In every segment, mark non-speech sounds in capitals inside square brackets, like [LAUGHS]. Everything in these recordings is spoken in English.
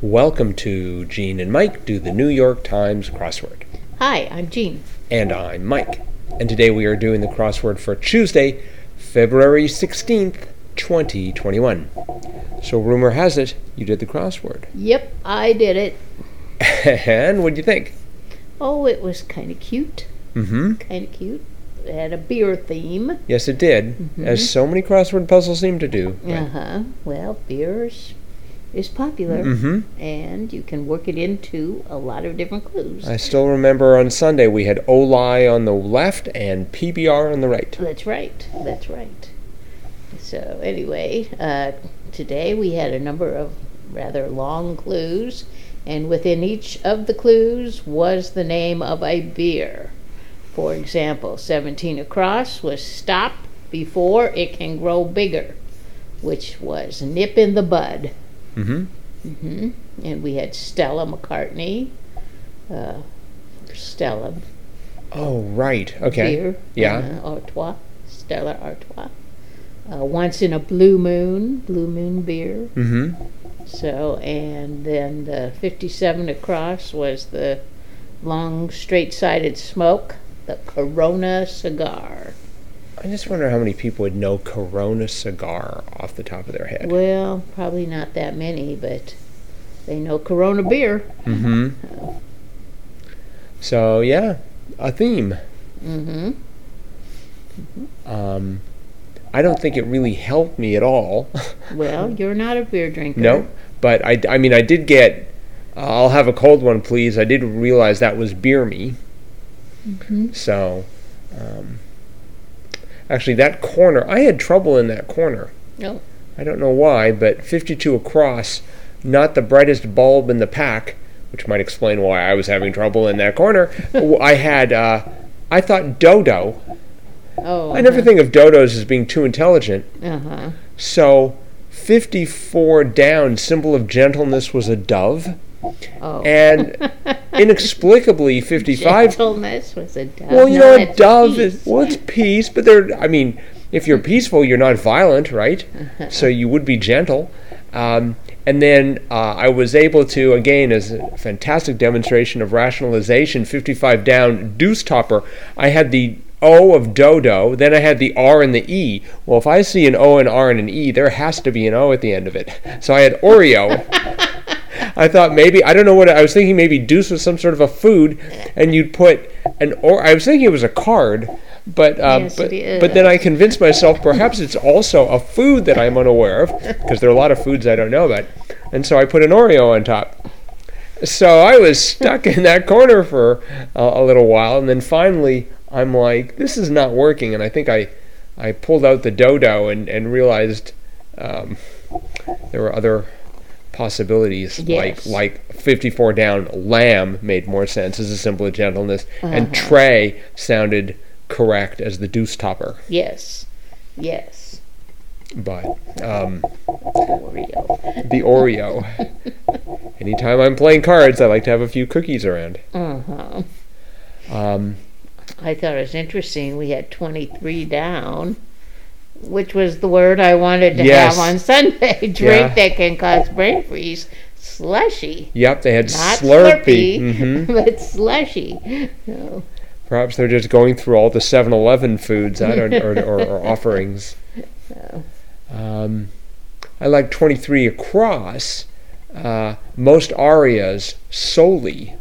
Welcome to Gene and Mike do the New York Times crossword. Hi, I'm Jean. And I'm Mike. And today we are doing the crossword for Tuesday, February 16th, 2021. So, rumor has it you did the crossword. [LAUGHS] Yep, I did it. and what'd you think? Oh, it was kind of cute. Mm hmm. Kind of cute. It had a beer theme. Yes, it did, as so many crossword puzzles seem to do. Uh huh. Well, beers is popular, Mm hmm. and you can work it into a lot of different clues. I still remember on Sunday we had Olai on the left and PBR on the right. That's right. That's right. So, anyway, uh, today we had a number of rather long clues, and within each of the clues was the name of a beer. For example, 17 across was stop before it can grow bigger, which was nip in the bud. Mm-hmm. hmm And we had Stella McCartney. Uh, Stella Oh, right. Okay. beer. Yeah. uh, Artois, Stella Artois. Uh, once in a blue moon, blue moon beer. Mm-hmm. So, and then the 57 across was the long, straight sided smoke, the Corona cigar. I just wonder how many people would know Corona cigar off the top of their head. Well, probably not that many, but they know Corona beer. Mm-hmm. So yeah, a theme. hmm. Um, I don't think it really helped me at all. Well, you're not a beer drinker. no, but I, I mean I did get. uh, I'll have a cold one, please. I did realize that was beer me. Mhm. So, um, actually, that corner, I had trouble in that corner. No. I don't know why, but 52 across, not the brightest bulb in the pack, which might explain why I was having trouble in that corner. W- I had, uh, I thought Dodo. Oh. I never think of Dodos as being too intelligent. Uh huh. So, 54 down, symbol of gentleness was a dove. Oh. [LAUGHS] And inexplicably, 55 Gentleness was a dove. Well, you know, No, a it's dove peace. is well, it's peace, but they're. I mean, if you're peaceful, you're not violent, right? so you would be gentle. Um, and then uh, I was able to, again, as a fantastic demonstration of rationalization, 55 down, deuce topper. I had the O of dodo, then I had the R and the E. Well, if I see an O, an R, and an E, there has to be an O at the end of it. So I had Oreo. I thought maybe I don't know what I was thinking. Maybe Deuce was some sort of a food, and you'd put an or. I was thinking it was a card, but uh, Yes, but it but then I convinced myself perhaps it's also a food that I'm unaware of because there are a lot of foods I don't know about, and so I put an Oreo on top. So I was stuck in that corner for uh, a little while, and then finally I'm like, this is not working, and I think I I pulled out the dodo and and realized um, there were other possibilities like Yes. like 54 down lamb made more sense as a symbol of gentleness and Uh-huh. tray sounded correct as the deuce topper Yes, yes, but um, Oreo. the [LAUGHS] oreo anytime i'm playing cards i like to have a few cookies around Uh huh. um, I thought it was interesting. We had 23 down, which was the word I wanted to Yes. have on Sunday. [LAUGHS] Drink Yeah. that can cause brain freeze. Slushy. yep they had Not slurpee, slurpy, hmm [LAUGHS] but slushy. Oh. So, perhaps they're just going through all the 7-eleven foods i don't or, or, or offerings so. Um, I like 23 across. Uh, most arias soli.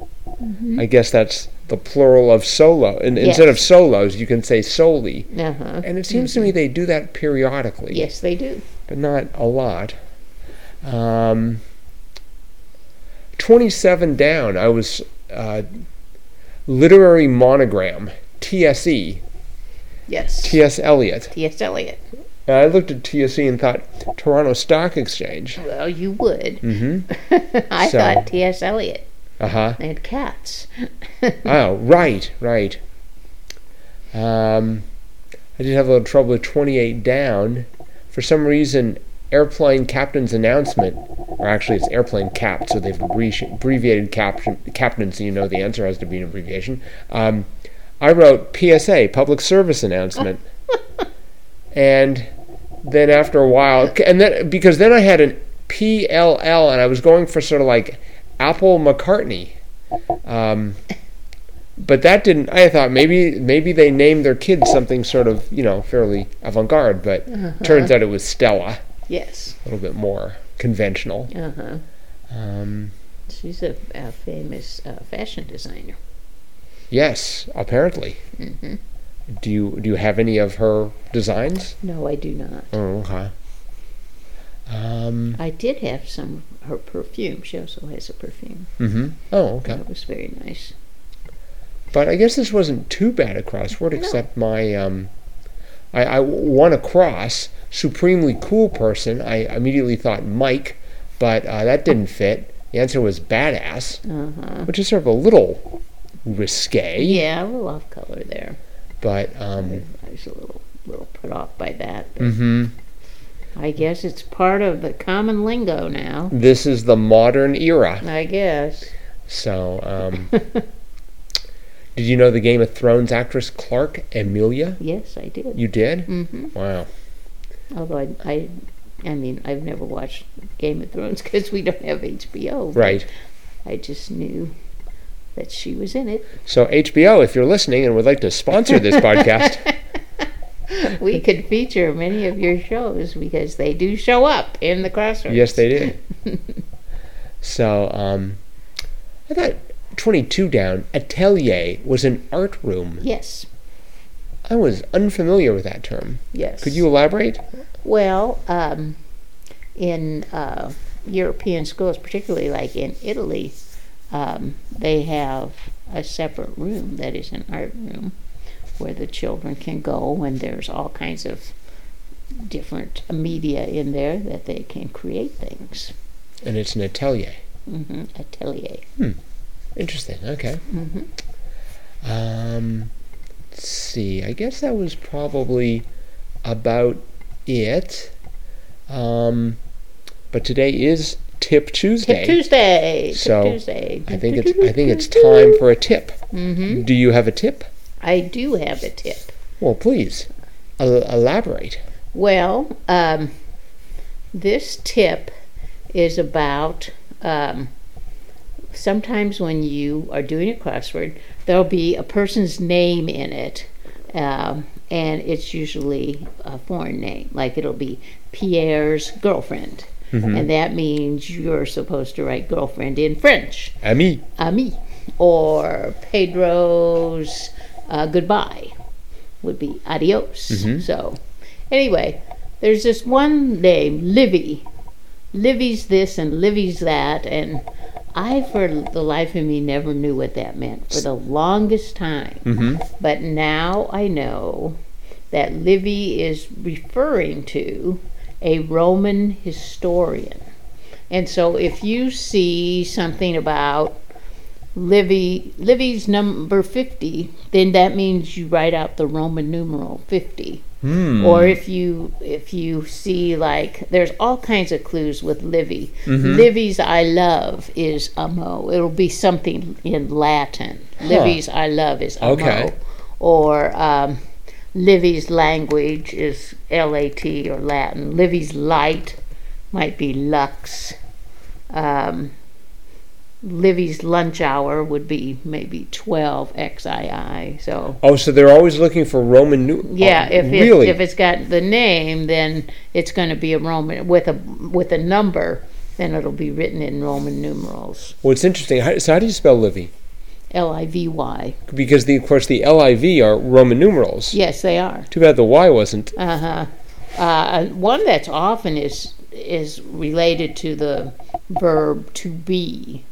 I guess that's the plural of solo. And instead of Yes. solos, you can say soli. Uh huh. And it seems to me they do that periodically, Yes, they do. but not a lot. Um, 27 down. I was uh, literary monogram. TSE, Yes. T.S. Eliot. T.S. Eliot. And I looked at TSE and thought Toronto Stock Exchange. Well, you would. [LAUGHS] hmm I So. thought T.S. Eliot Uh huh. and cats. Oh, right, right. Um, I did have a little trouble with 28 down. For some reason, airplane captain's announcement, or actually it's airplane cap, so they've abbrevi- abbreviated captain, captain, so you know the answer has to be an abbreviation. Um, I wrote PSA, public service announcement. and then after a while, and then because then I had an P L L, and I was going for sort of like Apple McCartney. Um, but that didn't. I thought maybe maybe they named their kid something sort of you know fairly avant-garde, but turns out it was Stella, Yes. a little bit more conventional. Uh huh. Um, She's a, a famous uh, fashion designer. yes, apparently. hmm Do you do you have any of her designs? No, I do not. Oh, okay. Um. I did have some of her perfume. She also has a perfume. hmm Oh, okay. That was very nice. But I guess this wasn't too bad a crossword, except my um, I, I won a cross. Supremely cool person. I immediately thought Mike, but uh, that didn't fit. The answer was badass, Uh huh. which is sort of a little risque. Yeah, a little off color there. But um, I was a little little put off by that. But hmm I guess it's part of the common lingo now. this is the modern era. I guess. So, um, did you know the Game of Thrones actress Clark Amelia? Yes, I did. You did? hmm Wow. Although I, I, I mean, I've never watched Game of Thrones [LAUGHS] because we don't have HBO. but Right. I just knew that she was in it. So HBO, if you're listening and would like to sponsor this podcast. We could feature many of your shows because they do show up in the crossroads. Yes, they did. so um, I thought 22 down, atelier was an art room. Yes. I was unfamiliar with that term. Yes. Could you elaborate? Well, um, in uh, European schools, particularly like in Italy, um, they have a separate room that is an art room where the children can go, and there's all kinds of different media in there that they can create things. And it's an atelier. hmm Atelier. Interesting. Okay. hmm Um, let's see. I guess that was probably about it. Um, but today is Tip Tuesday. Tip Tuesday. Tip So, Tuesday. I think it's I think it's time for a tip. hmm Do you have a tip? I do have a tip. Well, please el- elaborate. Well, um, this tip is about um, sometimes when you are doing a crossword, there'll be a person's name in it, um, and it's usually a foreign name. Like it'll be Pierre's girlfriend, and that means you're supposed to write girlfriend in French, Ami. ami, uh, or Pedro's uh, goodbye would be adios. So, anyway, there's this one name, Livy. Livy's this and Livy's that, and I, for the life of me, never knew what that meant for the longest time. But now I know that Livy is referring to a Roman historian. And so, if you see something about Livy Livy's number 50, then that means you write out the Roman numeral 50. Hmm. Or if you if you see like there's all kinds of clues with Livy. Mm-hmm. Livy's I love is amo. It'll be something in Latin. Livy's I love is amo. Okay. Or um, Livy's language is LAT or Latin. Livy's light might be lux. Um, Livy's lunch hour would be maybe 12 XII. So, Oh, so they're always looking for Roman nu- yeah, oh, if, it, really, if it's got the name, then it's going to be a Roman with a with a number, then it'll be written in Roman numerals. well, it's interesting. How, so how do you spell Livy? L I V Y. Because the, of course the LIV are Roman numerals. Yes, they are. Too bad the Y wasn't. Uh-huh. Uh, one that's often is is related to the verb to be,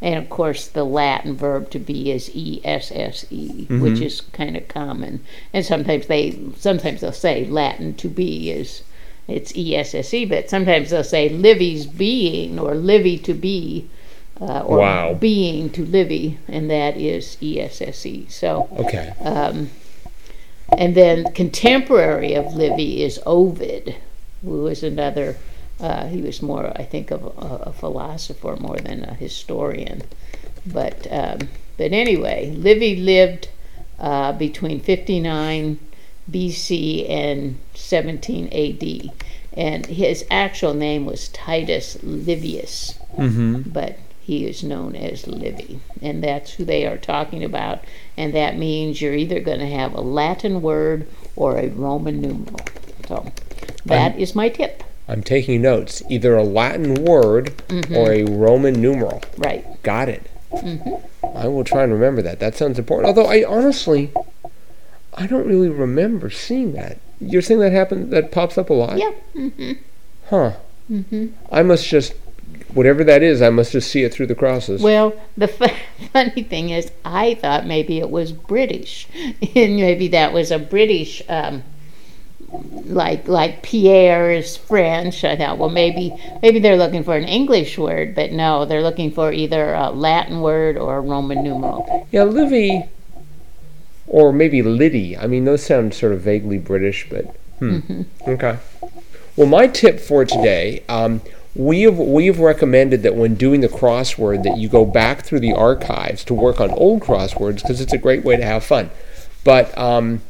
and of course the Latin verb to be is e s s e, which is kind of common. And sometimes they sometimes they'll say Latin to be is it's e s s e, but sometimes they'll say Livy's being or Livy to be. Uh, or Wow. being to Livy, and that is E S S E. So, Okay. um, and then contemporary of Livy is Ovid, who was another. Uh, he was more, I think, of a, a philosopher more than a historian. But um, but anyway, Livy lived uh, between 59 BC and 17 AD, and his actual name was Titus Livius, Mm-hmm. but he is known as Livy, and that's who they are talking about. And that means you're either going to have a Latin word or a Roman numeral. So that is my tip. I'm taking notes. Either a Latin word Mm-hmm. or a Roman numeral. Right. Got it. Mm-hmm. I will try and remember that. That sounds important. Although I honestly, I don't really remember seeing that. You're saying that happened? That pops up a lot. Yeah. Mm-hmm. Huh. Mm-hmm. I must just, whatever that is, I must just see it through the crosses. Well, the [LAUGHS] f- funny thing is, I thought maybe it was British, [LAUGHS] and maybe that was a British, um, like like Pierre is French. I thought, well, maybe maybe they're looking for an English word, but no, they're looking for either a Latin word or a Roman numeral. Yeah, Livy, or maybe Liddy. I mean, those sound sort of vaguely British, but hmm. okay. Well, my tip for today, um, we have we have recommended that when doing the crossword, that you go back through the archives to work on old crosswords because it's a great way to have fun. But um,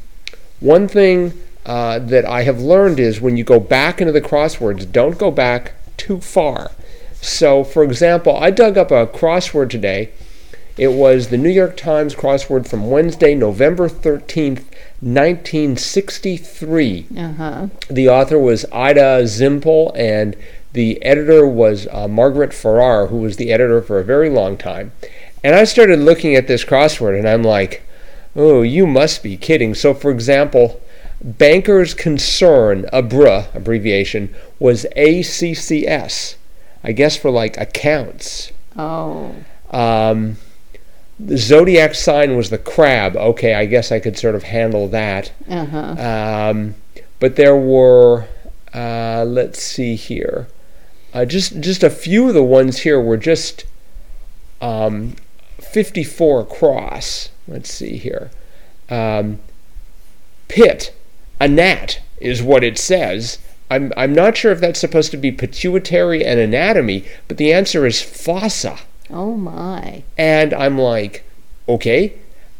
one thing uh, that I have learned is when you go back into the crosswords, don't go back too far. So, for example, I dug up a crossword today. It was the New York Times crossword from Wednesday, November 13th, 1963. Uh huh. The author was Ida Zimpel, and the editor was uh, Margaret Farrar, who was the editor for a very long time. And I started looking at this crossword, and I'm like, oh, you must be kidding. So, for example, Banker's Concern, ABRA, abbreviation, was ACCS, I guess for like accounts. Oh, Um, the zodiac sign was the crab. Okay, I guess I could sort of handle that. uh huh. Um, but there were, uh, let's see here, uh, just just a few of the ones here were just um, 54 across. Let's see here, um, pit, a gnat is what it says. I'm I'm not sure if that's supposed to be pituitary and anatomy, but the answer is fossa. Oh my. And I'm like, okay,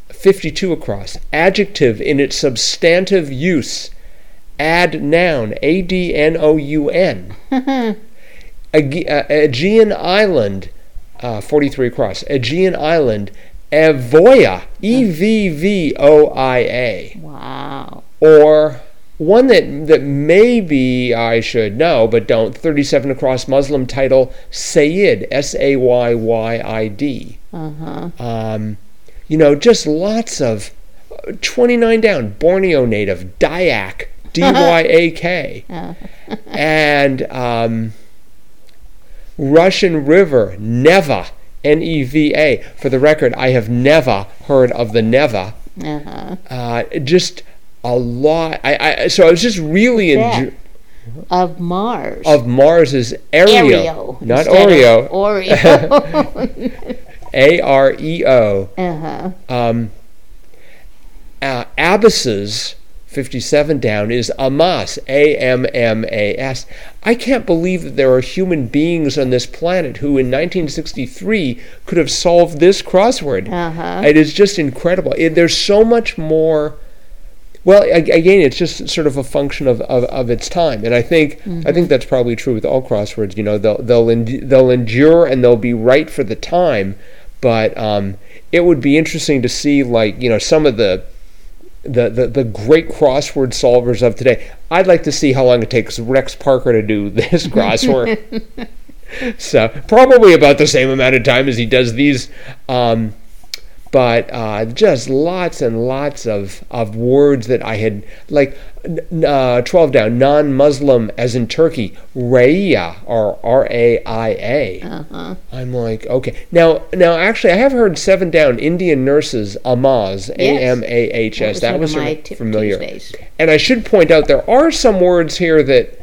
52 across. Adjective in its substantive use. Add noun, A D N O U N. Age- uh, Aegean Island, uh, 43 across. Aegean Island, Evoia, E V V O I A Wow. or one that that maybe I should know but don't 37 across Muslim title Sayyid S A Y Y I D Uh huh. um, you know just lots of 29 down Borneo native [LAUGHS] Dayak D Y A K Uh, [LAUGHS] and um, Russian River Neva N E V A for the record I have never heard of the Neva uh huh. uh, just a lot. I, I so I was just really That enjo- of Mars. of Mars's Aereo, Oreo. not instead Oreo, of [LAUGHS] Oreo. A R E O. uh huh. Um, uh, Abbas's fifty-seven down is Amas, A M M A S. I can't believe that there are human beings on this planet who, in 1963, could have solved this crossword. Uh huh. It is just incredible. It, there's so much more. Well, a- again, it's just sort of a function of, of, of its time, and I think I think that's probably true with all crosswords. You know, they'll they'll en- they'll endure and they'll be right for the time, but um, it would be interesting to see like you know some of the. The, the, the great crossword solvers of today. I'd like to see how long it takes Rex Parker to do this crossword. [LAUGHS] so probably about the same amount of time as he does these. Um, but uh, just lots and lots of, of words that I had like n- n- uh, twelve down non-Muslim as in Turkey Raya or R A I A. Uh huh. I'm like okay now now actually I have heard seven down Indian nurses Amaz A Yes. M A H S that was one sort of my of tip familiar Tuesdays. and I should point out there are some words here that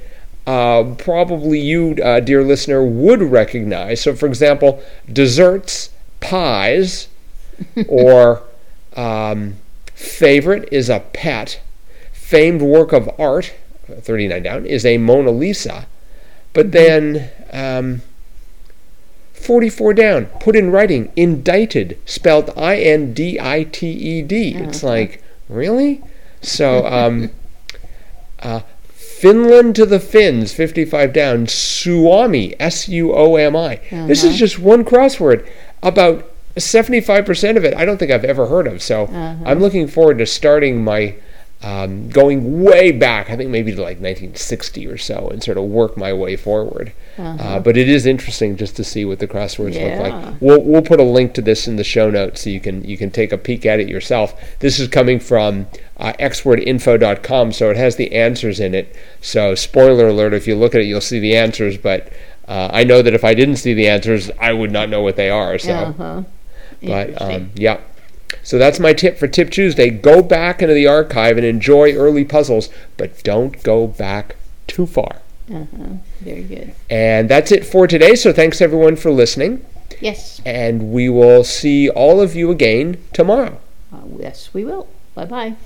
uh, probably you, uh, dear listener, would recognize. So, for example, desserts, pies, or um, favorite is a pet. Famed work of art, 39 down, is a Mona Lisa. But then um, 44 down, put in writing, indicted, spelled I N D I T E D. It's like, really? So, um, uh, Finland to the Finns, 55 down. Suomi, S U O M I. This is just one crossword. About 75% of it I don't think I've ever heard of. So I'm looking forward to starting my. Um, going way back, I think maybe to like 1960 or so, and sort of work my way forward. uh but it is interesting just to see what the crosswords look Yeah. like. We'll, we'll put a link to this in the show notes so you can you can take a peek at it yourself. This is coming from uh, xwordinfo.com, so it has the answers in it. So spoiler alert: if you look at it, you'll see the answers. But uh, I know that if I didn't see the answers, I would not know what they are. So. Uh-huh. But Interesting. um, yeah. So that's my tip for Tip Tuesday. Go back into the archive and enjoy early puzzles, but don't go back too far. Uh-huh. Very good. And that's it for today. So thanks everyone for listening. Yes. And we will see all of you again tomorrow. Uh, yes, we will. Bye-bye.